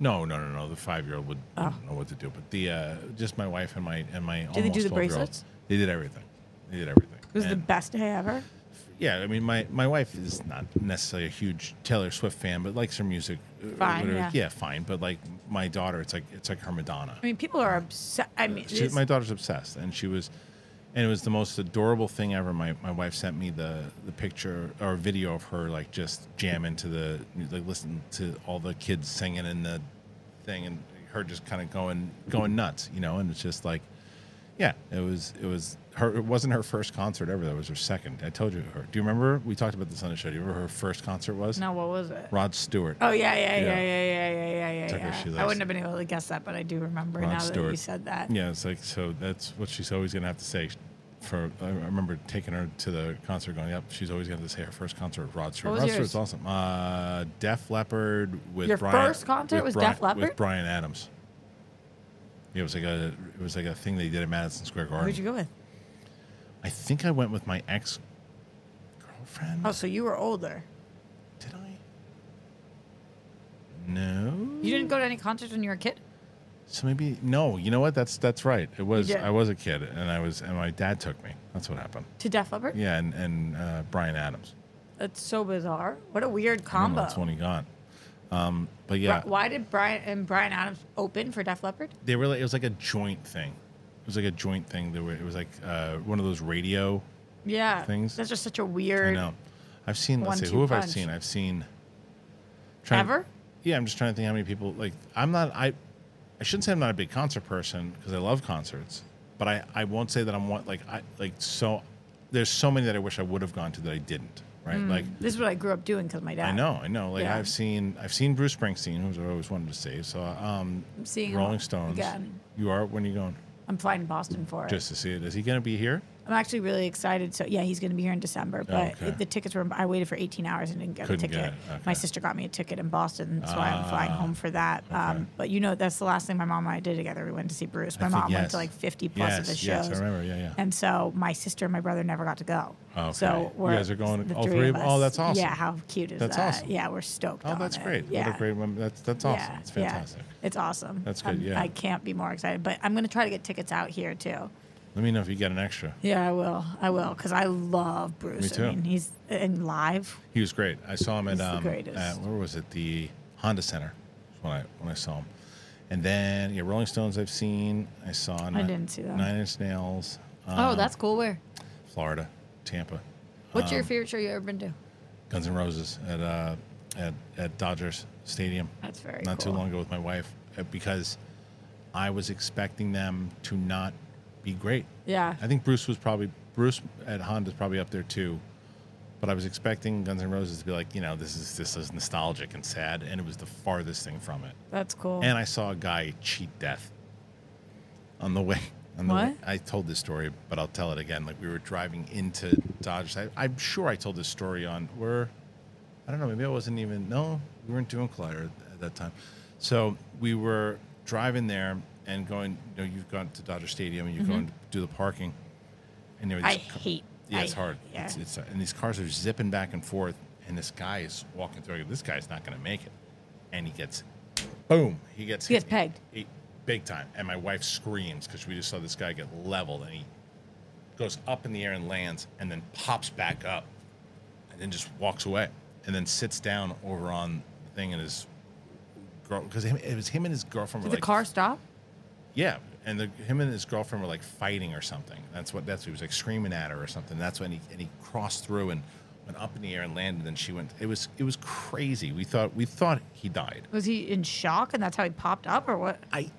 Speaker 1: No, no, no, no. The five year old would wouldn't know what to do. But the uh, just my wife and my and my
Speaker 2: Oh. they do the
Speaker 1: 12-year-old,
Speaker 2: bracelets?
Speaker 1: They did everything. They did everything.
Speaker 2: It was the
Speaker 1: And,
Speaker 2: best day ever.
Speaker 1: yeah, I mean, my, my wife is not necessarily a huge Taylor Swift fan, but likes her music. uh,
Speaker 2: Fine,
Speaker 1: whatever.
Speaker 2: yeah.
Speaker 1: fine. But like my daughter, it's like it's like her Madonna.
Speaker 2: I mean, people are upset. I mean,
Speaker 1: She,
Speaker 2: it's-
Speaker 1: my daughter's obsessed, and she was, and it was the most adorable thing ever. My my wife sent me the the picture or video of her like just jamming to the like listen to all the kids singing in the thing, and her just kind of going going nuts, you know. And it's just like, yeah, it was it was her. It wasn't her first concert ever. That was her second. I told you her. Do you remember we talked about this on the show? Do you remember her first concert was?
Speaker 2: no, what was it?
Speaker 1: Rod Stewart.
Speaker 2: Oh yeah, yeah, yeah,
Speaker 1: Yeah.
Speaker 2: yeah, yeah, yeah, yeah, yeah.
Speaker 1: Tucker,
Speaker 2: yeah.
Speaker 1: she
Speaker 2: I
Speaker 1: likes
Speaker 2: wouldn't
Speaker 1: it.
Speaker 2: have been able to guess that, but I do remember
Speaker 1: Rod
Speaker 2: now that you
Speaker 1: Stewart.
Speaker 2: said that.
Speaker 1: Yeah, it's like so. That's what she's always gonna have to say. For I remember taking her to the concert, going, "Yep, she's always gonna have to say her first concert with Rod Stewart.
Speaker 2: What was
Speaker 1: Rod
Speaker 2: yours?
Speaker 1: Stewart's awesome. Uh, Def Leppard with
Speaker 2: Your
Speaker 1: Brian,
Speaker 2: first concert
Speaker 1: with
Speaker 2: was
Speaker 1: Brian,
Speaker 2: Def Leppard?
Speaker 1: with Brian Adams. Yeah, it was like a it was like a thing they did at Madison Square Garden.
Speaker 2: Who'd you go with?
Speaker 1: I think I went with my ex girlfriend.
Speaker 2: Oh, so you were older.
Speaker 1: Did I? No.
Speaker 2: You didn't go to any concerts when you were a kid.
Speaker 1: So maybe no. You know what? That's that's right. It was
Speaker 2: did.
Speaker 1: I was a kid, and I was and my dad took me. That's what happened.
Speaker 2: To Def Leppard?
Speaker 1: Yeah, and and uh, Brian Adams.
Speaker 2: That's so bizarre. What a weird
Speaker 1: I don't know
Speaker 2: combo.
Speaker 1: That's when he got. Um, but
Speaker 2: Bri-
Speaker 1: yeah,
Speaker 2: Why did Brian and Brian Adams open for Def Leppard?
Speaker 1: they really it was like a joint thing. It was like a joint thing. There were, it was like uh, one of those radio.
Speaker 2: Yeah,
Speaker 1: Things.
Speaker 2: That's just such a
Speaker 1: I
Speaker 2: weird.
Speaker 1: know. I've seen. Let's see.
Speaker 2: One-two
Speaker 1: Who have I
Speaker 2: punch.
Speaker 1: seen? I've seen. trying-
Speaker 2: Ever?
Speaker 1: Yeah, I'm just trying to think how many people. Like, I'm not. I. I shouldn't say I'm not a big concert person because I love concerts, but I, I won't say that I'm one like I like so. There's so many that I wish I would have gone to that I didn't. Right? Like
Speaker 2: This is what I grew up doing because my dad.
Speaker 1: I know, I know. Like
Speaker 2: Yeah.
Speaker 1: I've seen, I've seen Bruce Springsteen, who's I always wanted to see. So, um,
Speaker 2: I'm seeing him
Speaker 1: Rolling Stones.
Speaker 2: again.
Speaker 1: You are. When are you going?
Speaker 2: I'm flying to Boston for it.
Speaker 1: Just to see it. Is he going to be here?
Speaker 2: I'm actually really excited. So yeah, he's going to be here in December. But
Speaker 1: Oh, Okay.
Speaker 2: the tickets were. I waited for 18 hours and didn't get
Speaker 1: Couldn't
Speaker 2: a ticket.
Speaker 1: get it, okay. Ah,
Speaker 2: My sister got me a ticket in Boston, so I'm flying home for that. Um, but you know, that's the last thing my mom and I did together. We went to see Bruce. My
Speaker 1: think
Speaker 2: mom went
Speaker 1: yes.
Speaker 2: to like 50 plus of
Speaker 1: Yes,
Speaker 2: his
Speaker 1: yes, I
Speaker 2: shows.
Speaker 1: remember. Yeah, yeah.
Speaker 2: And so my sister and my brother never got to go.
Speaker 1: Okay. You
Speaker 2: So we're
Speaker 1: guys are going-
Speaker 2: the
Speaker 1: all three of- oh, that's awesome.
Speaker 2: Yeah, how cute is
Speaker 1: That's
Speaker 2: that?
Speaker 1: awesome.
Speaker 2: Yeah, we're stoked.
Speaker 1: Oh,
Speaker 2: on
Speaker 1: that's
Speaker 2: it.
Speaker 1: great.
Speaker 2: Yeah.
Speaker 1: What a great mem- That's that's awesome. It's fantastic.
Speaker 2: Yeah. It's awesome.
Speaker 1: That's good,
Speaker 2: I'm-
Speaker 1: yeah.
Speaker 2: I can't be more excited, but I'm going to try to get tickets out here too.
Speaker 1: Let me know if you get an extra.
Speaker 2: Yeah, I will. I will because I love Bruce.
Speaker 1: Me too.
Speaker 2: I mean, he's and live.
Speaker 1: He was great. I saw him at,
Speaker 2: He's the
Speaker 1: um,
Speaker 2: greatest.
Speaker 1: at where was it? The Honda Center is when I when I saw him. And then yeah, Rolling Stones I've seen. I saw. I
Speaker 2: didn't see that.
Speaker 1: Nine Inch Nails. Um,
Speaker 2: oh, that's cool. Where?
Speaker 1: Florida, Tampa,
Speaker 2: What's
Speaker 1: um,
Speaker 2: your favorite show you ever been to?
Speaker 1: Guns N' Roses at uh, at at Dodgers Stadium.
Speaker 2: That's very
Speaker 1: not
Speaker 2: cool.
Speaker 1: too long ago with my wife uh, because I was expecting them to not be great.
Speaker 2: Yeah.
Speaker 1: I think Bruce was probably Bruce at Honda's probably up there too, but I was expecting Guns N' Roses to be like, you know, this is this is nostalgic and sad, and it was the farthest thing from it.
Speaker 2: That's cool.
Speaker 1: And I saw a guy cheat death on the way. On the Way.
Speaker 2: What?
Speaker 1: I told this story, but I'll tell it again. Like we were driving into Dodge. I, I'm sure I told this story on where, I don't know. Maybe I wasn't even. No, we weren't doing Collider at that time. So we were driving there, and going, you know, you've gone to Dodger Stadium and you're going to do the parking, and there are
Speaker 2: Mm-hmm. I
Speaker 1: these ca-
Speaker 2: hate.
Speaker 1: yeah,
Speaker 2: I-
Speaker 1: it's hard.
Speaker 2: Yeah.
Speaker 1: It's, it's, and these cars are zipping back and forth, and this guy is walking through. I go, This guy's not going to make it, and he gets, boom, he gets
Speaker 2: He gets pegged.
Speaker 1: he- big time. And my wife screams because we just saw this guy get leveled, and he goes up in the air and lands, and then pops back up, and then just walks away, and then sits down over on the thing and his girl because it was him and his girlfriend
Speaker 2: Did
Speaker 1: were like
Speaker 2: the car stop?
Speaker 1: yeah, and the, him and his girlfriend were like fighting or something. That's what that's what he was like screaming at her or something. That's when he and he crossed through and went up in the air and landed. And she went. It was it was crazy. We thought we thought he died.
Speaker 2: Was he in shock and that's how he popped up or what?
Speaker 1: I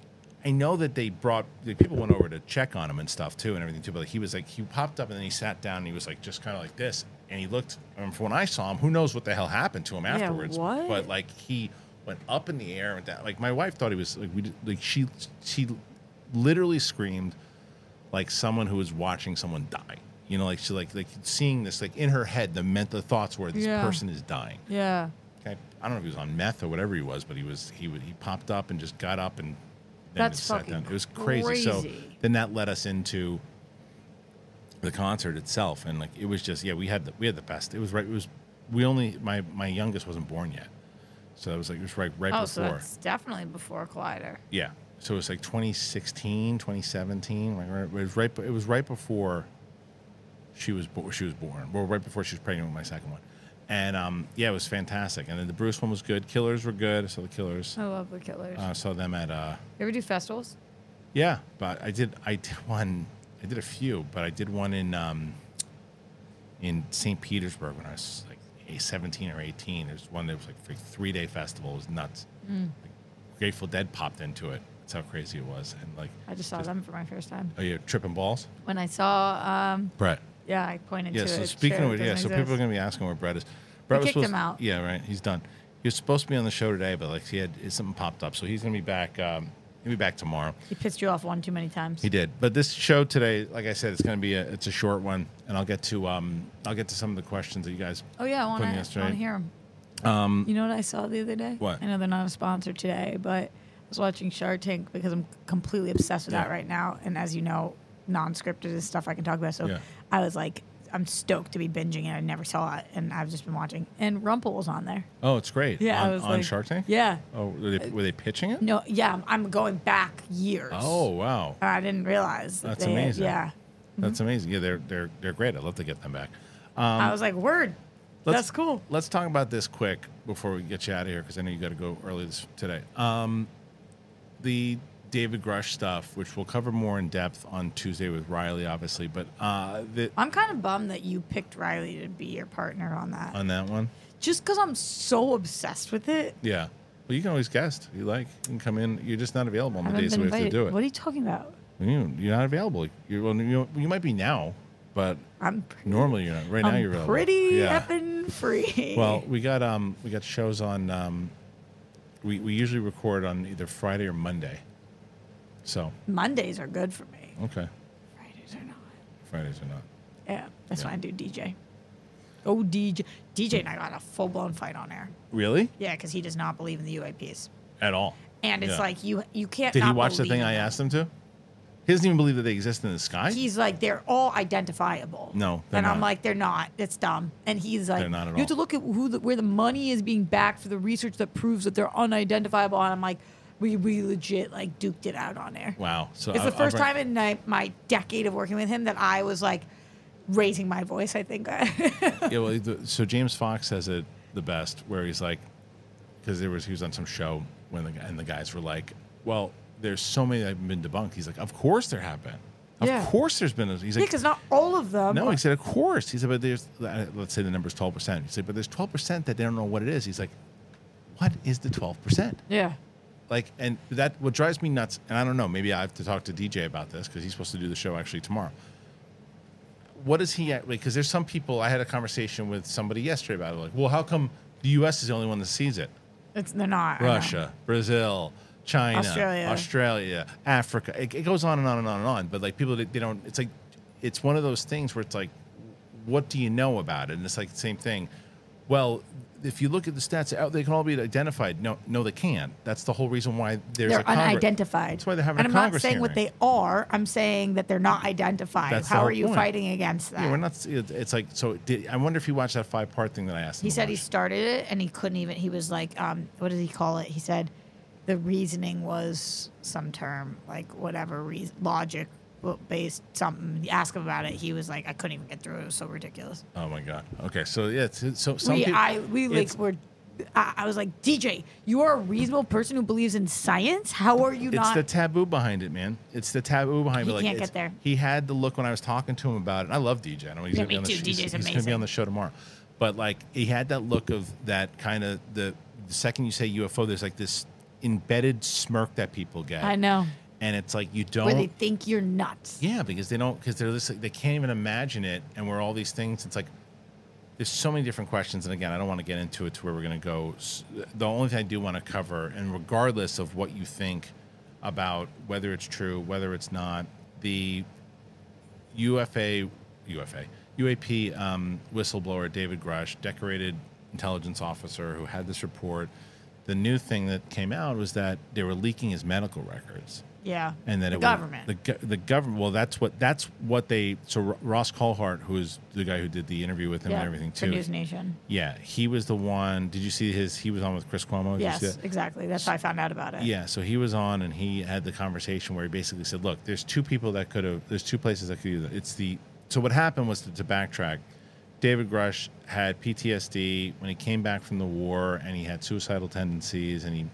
Speaker 1: I know that they brought the people went over to check on him and stuff too and everything too. But he was like he popped up and then he sat down and he was like just kind of like this. And he looked. And from when I saw him, who knows what the hell happened to him afterwards?
Speaker 3: what?
Speaker 1: But like he went up in the air and down. Like my wife thought he was like we did- like she she literally screamed like someone who was watching someone die. You know, like she like like seeing this like in her head the mental thoughts were this
Speaker 2: Yeah.
Speaker 1: person is dying.
Speaker 2: Yeah.
Speaker 1: Okay. I don't know if he was on meth or whatever he was, but he was he would, he popped up and just got up and then
Speaker 2: That's
Speaker 1: just sat
Speaker 2: fucking
Speaker 1: down. It was crazy. So
Speaker 2: crazy.
Speaker 1: then that led us into the concert itself, and like it was just yeah we had the we had the best. It was right. It was we only my my youngest wasn't born yet, so that was like it was right right
Speaker 2: Oh, so
Speaker 1: before
Speaker 2: that's definitely before Collider.
Speaker 1: yeah. So it was like 2016, 2017. Like right, it was right. It was right before she was bo- she was born. Well, right before she was pregnant with my second one. And um, yeah, it was fantastic. And then the Bruce one was good. Killers were good. I saw the Killers.
Speaker 2: I love the Killers.
Speaker 1: I saw them at uh,
Speaker 2: you ever do festivals?
Speaker 1: yeah. But I did I did one. I did a few, but I did one in um, in St. Petersburg when I was like eh, 17 or 18. There's one that was like for a three day festival. It was nuts.
Speaker 2: Mm.
Speaker 1: Like, Grateful Dead popped into it. That's how crazy it was. And like
Speaker 2: I just saw them for my first time.
Speaker 1: Oh, yeah, tripping balls,
Speaker 2: When I saw, um,
Speaker 1: Brett.
Speaker 2: yeah, I pointed
Speaker 1: Yeah.
Speaker 2: to
Speaker 1: So
Speaker 2: it.
Speaker 1: speaking
Speaker 2: Sure,
Speaker 1: of it, yeah.
Speaker 2: doesn't
Speaker 1: So people are
Speaker 2: exist.
Speaker 1: going to be asking where Brett is. Brett was
Speaker 2: kicked him
Speaker 1: supposed-
Speaker 2: out.
Speaker 1: Yeah, right. He's done. He was supposed to be on the show today, but like he had something popped up, so he's going to be back. Um, he'll be back tomorrow.
Speaker 2: He pissed you off one too many times.
Speaker 1: He did, but this show today, like I said, it's going to be a it's a short one, and I'll get to um I'll get to some of the questions that you guys.
Speaker 2: Oh yeah, I want
Speaker 1: put me
Speaker 2: to. I
Speaker 1: yesterday.
Speaker 2: want to hear him. Um, you know what I saw the other day?
Speaker 1: What?
Speaker 2: I know they're not a sponsor today, but I was watching Shark Tank because I'm completely obsessed with that
Speaker 1: Yeah.
Speaker 2: right now. And as you know, non-scripted is stuff I can talk about. So
Speaker 1: Yeah.
Speaker 2: I was like, I'm stoked to be binging it. I never saw it, and I've just been watching. And Rumple was on there.
Speaker 1: Oh, it's great.
Speaker 2: Yeah,
Speaker 1: on,
Speaker 2: I was
Speaker 1: on
Speaker 2: like,
Speaker 1: Shark Tank.
Speaker 2: Yeah. Uh,
Speaker 1: Oh, were they, were they pitching it?
Speaker 2: No, yeah, I'm- I'm going back years.
Speaker 1: Oh wow,
Speaker 2: And I didn't realize. that
Speaker 1: That's
Speaker 2: they-
Speaker 1: amazing.
Speaker 2: Yeah. Mm-hmm.
Speaker 1: that's amazing. Yeah, they're they're they're great. I'd love to get them back.
Speaker 2: I was like, word.
Speaker 1: Um, Let's-
Speaker 2: That's cool.
Speaker 1: Let's talk about this quick before we get you out of here because I know you got to go early this, today. Um, the David Grush stuff, which we'll cover more in depth on Tuesday with Riley, obviously, but uh, the,
Speaker 2: I'm kind of bummed that you picked Riley to be your partner on that.
Speaker 1: on that one,
Speaker 2: just because I'm so obsessed with it.
Speaker 1: yeah. Well, you can always guest. You like, you can come in. You're just not available on the
Speaker 2: I haven't
Speaker 1: days
Speaker 2: been
Speaker 1: we have to
Speaker 2: invited.
Speaker 1: do it.
Speaker 2: What are you talking about?
Speaker 1: you, you're not available. You're, well, you, you might be now, but
Speaker 2: I'm pretty,
Speaker 1: normally you're not. Right now
Speaker 2: I'm
Speaker 1: you're available.
Speaker 2: pretty
Speaker 1: Yeah.
Speaker 2: effing free.
Speaker 1: Well, we got um we got shows on um we, we usually record on either Friday or Monday. So
Speaker 2: Mondays are good for me.
Speaker 1: okay.
Speaker 2: Fridays are not.
Speaker 1: Fridays are not.
Speaker 2: Yeah, that's when I do DJ. Oh, DJ. DJ and I got a full blown fight on air.
Speaker 1: Really?
Speaker 2: Yeah, because he does not believe in the UAPs,
Speaker 1: At all.
Speaker 2: and it's
Speaker 1: Yeah.
Speaker 2: like you you can't.
Speaker 1: Did he
Speaker 2: not
Speaker 1: watch the thing
Speaker 2: believe
Speaker 1: I
Speaker 2: in them.
Speaker 1: asked him to? He doesn't even believe that they exist in the sky.
Speaker 2: He's like they're all identifiable.
Speaker 1: No, they're
Speaker 2: and I'm
Speaker 1: not.
Speaker 2: like they're not. That's dumb. And he's like,
Speaker 1: They're not at
Speaker 2: you have to
Speaker 1: all.
Speaker 2: look at who the, where the money is being backed for the research that proves that they're unidentifiable. And I'm like, we we legit like duked it out on air.
Speaker 1: wow. So
Speaker 2: It's
Speaker 1: I'll-
Speaker 2: the
Speaker 1: I'll
Speaker 2: first
Speaker 1: bring-
Speaker 2: time in my, my decade of working with him that I was like raising my voice. I think
Speaker 1: yeah, well, the, so James Fox says it the best, where he's like, because there was he was on some show when the and the guys were like, well, there's so many that have been debunked. He's like, of course there have been. Of
Speaker 2: Yeah.
Speaker 1: course there's been. A, he's like,
Speaker 2: because not all of them.
Speaker 1: No,
Speaker 2: are-
Speaker 1: he said, of course. He said, but there's, uh, let's say the number's 12%. He said, but there's 12% that they don't know what it is. He's like, what is the 12%?
Speaker 2: yeah.
Speaker 1: Like, and that, what drives me nuts, and I don't know, maybe I have to talk to DJ about this because he's supposed to do the show actually tomorrow. What is he at? Because there's some people, I had a conversation with somebody yesterday about it. Like, well, how come the US is the only one that sees it?
Speaker 2: It's, they're not I know.
Speaker 1: Russia, Brazil, China,
Speaker 2: Australia.
Speaker 1: Australia, Africa. It, it goes on and on and on and on. But like people, they, they don't. It's like it's one of those things where it's like, what do you know about it? And it's like the same thing. well, if you look at the stats, oh, they can all be identified. No, no, they can't. That's the whole reason why there's
Speaker 2: They're
Speaker 1: a Congress.
Speaker 2: unidentified.
Speaker 1: That's why they're having
Speaker 2: and
Speaker 1: a
Speaker 2: I'm
Speaker 1: Congress
Speaker 2: not saying what
Speaker 1: hearing.
Speaker 2: they are. I'm saying that they're not identified.
Speaker 1: That's the
Speaker 2: How
Speaker 1: whole
Speaker 2: are you
Speaker 1: point.
Speaker 2: fighting against that?
Speaker 1: Yeah, we're not. it- It's like so. Did, I wonder if he watched that five part thing that I asked. him
Speaker 2: He
Speaker 1: to
Speaker 2: said he
Speaker 1: watch.
Speaker 2: started it and he couldn't even. He was like, um, what did he call it? He said the reasoning was some term, like whatever reason, logic well, based something. You Ask him about it. He was like, I couldn't even get through. It It was so ridiculous.
Speaker 1: Oh my god. Okay, so yeah, it's, it's- so some
Speaker 2: We,
Speaker 1: people.
Speaker 2: I, we like
Speaker 1: it's-
Speaker 2: were. I, I was like, DJ, you are a reasonable person who believes in science. How are you
Speaker 1: it's
Speaker 2: not?
Speaker 1: the taboo behind it, man. It's the taboo behind
Speaker 2: He
Speaker 1: it. Like,
Speaker 2: can't
Speaker 1: it's-
Speaker 2: get there.
Speaker 1: He had the look when I was talking to him about it. I love DJ. I know he's
Speaker 2: Yeah,
Speaker 1: gonna be
Speaker 2: me
Speaker 1: on the
Speaker 2: too.
Speaker 1: sh- he's-
Speaker 2: DJ's
Speaker 1: he's gonna be on
Speaker 2: amazing.
Speaker 1: the show tomorrow. But like he had that look of that kind of the, the second you say UFO, there's like this embedded smirk that people get.
Speaker 2: I know.
Speaker 1: And it's like you
Speaker 2: Where they
Speaker 1: don't.
Speaker 2: think you're nuts.
Speaker 1: Yeah, because they don't because they're just like, they can't even imagine it, and we're all these things. It's like there's so many different questions, and again, I don't want to get into it to where we're going to go. S- The only thing I do want to cover, and regardless of what you think about whether it's true, whether it's not, the UFA, UFA, UAP um, whistleblower David Grush, decorated intelligence officer who had this report. The new thing that came out was that they were leaking his medical records
Speaker 2: Yeah.
Speaker 1: and then
Speaker 2: the
Speaker 1: it
Speaker 2: government.
Speaker 1: was, the go- the government. Well, that's what that's what they. So Ro- Ross Colhart, who is the guy who did the interview with him
Speaker 2: yeah.
Speaker 1: and everything
Speaker 2: for
Speaker 1: too.
Speaker 2: News Nation.
Speaker 1: Yeah, he was the one. Did you see his? He was on with Chris Cuomo. Did you see
Speaker 2: Yes,
Speaker 1: that?
Speaker 2: exactly. That's how I found out about it.
Speaker 1: Yeah, so he was on and he had the conversation where he basically said, "Look, there's two people that could have. There's two places that could do that. It's the so what happened was to, to backtrack. David Grush had PTSD when he came back from the war, and he had suicidal tendencies, and he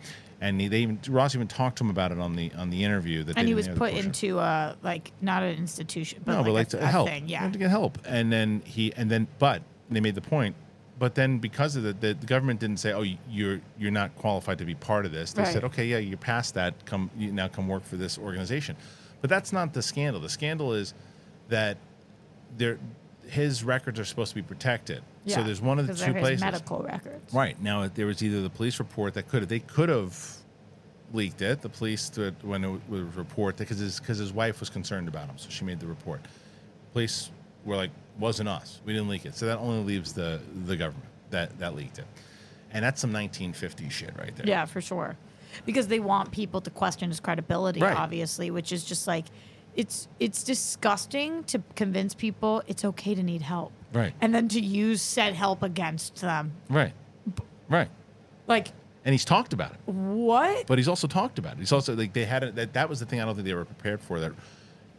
Speaker 1: and he, they even Ross even talked to him about it on the on the interview that they
Speaker 2: and he
Speaker 1: didn't
Speaker 2: was
Speaker 1: air the
Speaker 2: put
Speaker 1: portion.
Speaker 2: into a like not an institution, but
Speaker 1: no,
Speaker 2: like,
Speaker 1: but like
Speaker 2: a,
Speaker 1: to
Speaker 2: a
Speaker 1: help.
Speaker 2: thing.
Speaker 1: You
Speaker 2: Yeah,
Speaker 1: have to get help. And then he, and then, but they made the point. But then, because of that, the, the government didn't say, "Oh, you're you're not qualified to be part of this." They
Speaker 2: Right.
Speaker 1: said, "Okay, yeah, you're past that. Come you now, come work for this organization." But that's not the scandal. The scandal is that there, his records are supposed to be protected. So
Speaker 2: Yeah,
Speaker 1: there's one of the
Speaker 2: 'cause they're
Speaker 1: two
Speaker 2: his
Speaker 1: places.
Speaker 2: medical records.
Speaker 1: Right now, there was either the police report that could have they could have leaked it. The police did- when it was report because his because his wife was concerned about him, so she made the report. Police were like, "Wasn't us. We didn't leak it." So that only leaves the the government that that leaked it, and that's some 1950 shit right there.
Speaker 2: Yeah, for sure, because they want people to question his credibility,
Speaker 1: Right.
Speaker 2: obviously, which is just like it's it's disgusting to convince people it's okay to need help,
Speaker 1: Right.
Speaker 2: And then to use said help against them,
Speaker 1: Right. Right.
Speaker 2: like
Speaker 1: And he's talked about it.
Speaker 2: what?
Speaker 1: but he's also talked about it. He's also like they had it. That, that was the thing I don't think they were prepared for. That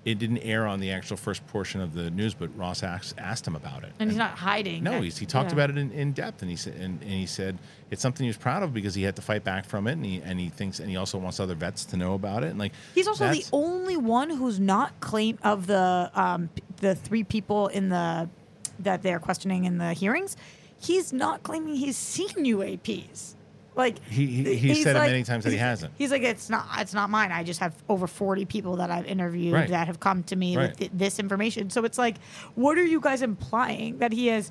Speaker 1: it didn't air on the actual first portion of the news, but Ross asked, asked him about it.
Speaker 2: and he's not hiding.
Speaker 1: no,
Speaker 2: that-
Speaker 1: he's, he talked
Speaker 2: yeah.
Speaker 1: about it in, in depth, and he said, and, and he said it's something he was proud of because he had to fight back from it, and he and he thinks, and he also wants other vets to know about it, and like
Speaker 2: He's also the
Speaker 1: that's-
Speaker 2: only one who's not claim of the um, p- the three people in the that they're questioning in the hearings. He's not claiming he's seen UAPs. Like
Speaker 1: He- he- he's
Speaker 2: he's
Speaker 1: said it many times that he
Speaker 2: he's-
Speaker 1: hasn't.
Speaker 2: He's like it's not it's not mine. I just have over forty people that I've interviewed
Speaker 1: Right.
Speaker 2: that have come to me
Speaker 1: Right.
Speaker 2: with th- this information. So it's like, what are you guys implying that he has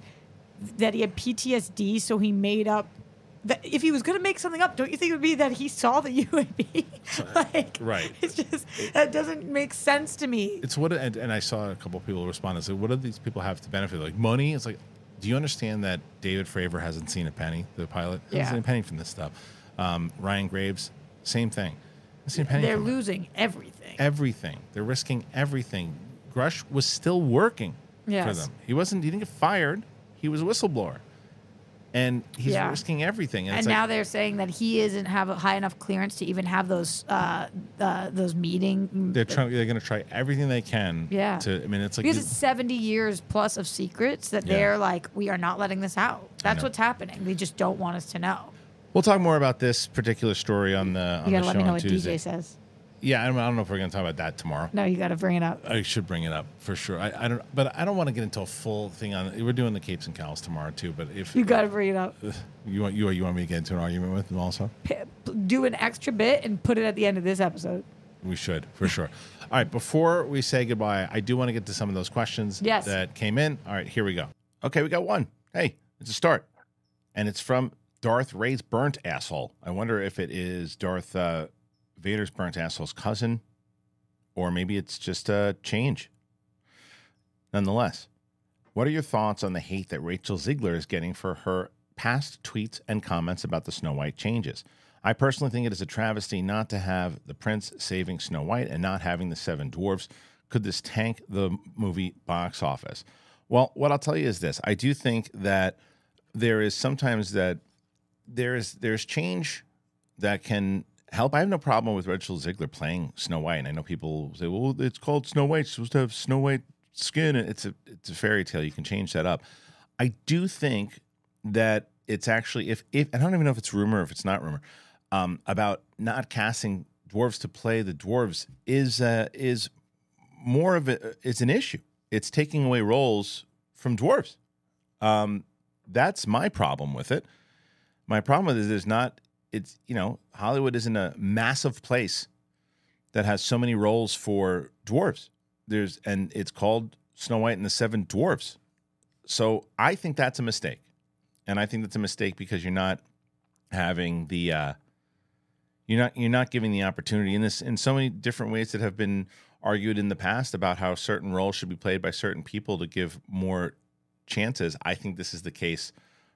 Speaker 2: that he had PTSD? So he made up. That if he was going to make something up, don't you think it would be that he saw the UAP? like,
Speaker 1: Right.
Speaker 2: It's just that doesn't make sense to me.
Speaker 1: it's what and, and I saw a couple of people respond and say, "What do these people have to benefit? Like money?" It's like, do you understand that David Fravor hasn't seen a penny? The pilot hasn't
Speaker 2: Yeah.
Speaker 1: seen a penny from this stuff. Um, Ryan Graves, same thing. Hasn't seen a penny.
Speaker 2: They're
Speaker 1: from it.
Speaker 2: losing everything.
Speaker 1: everything. They're risking everything. Grush was still working for
Speaker 2: Yes.
Speaker 1: them. He wasn't. He didn't get fired. He was a whistleblower, and he's
Speaker 2: Yeah.
Speaker 1: risking everything.
Speaker 2: and
Speaker 1: it's
Speaker 2: now
Speaker 1: like,
Speaker 2: they're saying that he isn't have a high enough clearance to even have those uh, uh, those meeting
Speaker 1: they're trying. They're going to try everything they can.
Speaker 2: Yeah.
Speaker 1: To I mean, it's like
Speaker 2: because it's 70 years plus of secrets that
Speaker 1: Yeah.
Speaker 2: they're like we are not letting this out that's
Speaker 1: know.
Speaker 2: what's happening they just don't want us to know
Speaker 1: we'll talk more about this particular story on the on
Speaker 2: you
Speaker 1: the
Speaker 2: gotta
Speaker 1: show
Speaker 2: let me know
Speaker 1: on
Speaker 2: what
Speaker 1: Tuesday.
Speaker 2: dj says
Speaker 1: Yeah, I don't, I don't know if we're going to talk about that tomorrow.
Speaker 2: no you gotta bring it up
Speaker 1: I should bring it up for sure. I, I don't, but I don't want to get into a full thing on. We're doing the capes and cows tomorrow too. But if
Speaker 2: you gotta bring it up
Speaker 1: you want you you want me to get into an argument with them also,
Speaker 2: P- p- do an extra bit and put it at the end of this episode
Speaker 1: we should for sure. All right, before we say goodbye, I do want to get to some of those questions
Speaker 2: Yes.
Speaker 1: that came in. All right, here we go. Okay, we got one. Hey, it's a start, and it's from Darth Ray's burnt asshole. I wonder if it is Darth uh, Vader's burnt asshole's cousin, or maybe it's just a change. Nonetheless, what are your thoughts on the hate that Rachel Ziegler is getting for her past tweets and comments about the Snow White changes. I personally think it is a travesty not to have the prince saving Snow White and not having the seven dwarfs. Could this tank the movie box office? Well, what I'll tell you is this I do think that there is sometimes that there is there's change that can help. I have no problem with Rachel Ziegler playing Snow White. And I know people say, "Well, it's called Snow White. It's supposed to have Snow White skin. It's a it's a fairy tale. You can change that up." I do think that it's actually if if I don't even know if it's rumor or if it's not rumor um, about not casting dwarves to play the dwarves is uh, is more of a it's an issue. It's taking away roles from dwarves. Um, that's my problem with it. My problem with it is there's not it's you know Hollywood isn't a massive place that has so many roles for dwarves. There's and it's called Snow White and the Seven Dwarves. So I think that's a mistake, and I think that's a mistake because you're not having the uh, you're not you're not giving the opportunity in this in so many different ways that have been argued in the past about how certain roles should be played by certain people to give more chances. I think this is the case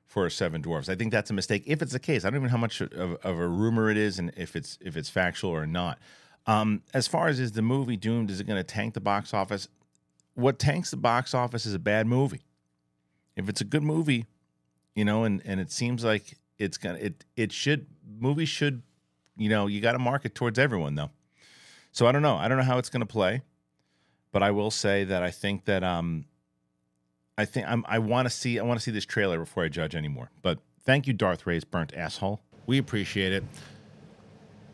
Speaker 1: for Seven Dwarfs. I think that's a mistake. If it's the case, I don't even know how much of, of a rumor it is and if it's if it's factual or not. Um, as far as is the movie doomed? Is it going to tank the box office? What tanks the box office is a bad movie. If it's a good movie, you know, and and it seems like it's gonna it it should movies should you know you got to market towards everyone though. So I don't know. I don't know how it's going to play, but I will say that I think that um, I think I'm, I want to see I want to see this trailer before I judge anymore. But thank you, Darth Ray's burnt asshole. We appreciate it.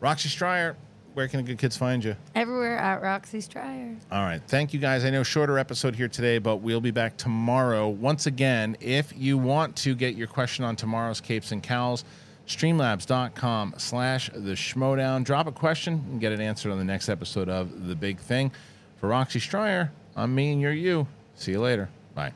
Speaker 1: Roxy Stryer, where can the good kids find you?
Speaker 2: Everywhere at Roxy's Dryer.
Speaker 1: All right. Thank you guys. I know shorter episode here today, but we'll be back tomorrow. Once again, if you want to get your question on tomorrow's capes and cowls, streamlabs.com slash the schmodown. Drop a question and get it answered on the next episode of The Big Thing. For Roxy Stryer, I'm me and you're you. See you later. Bye.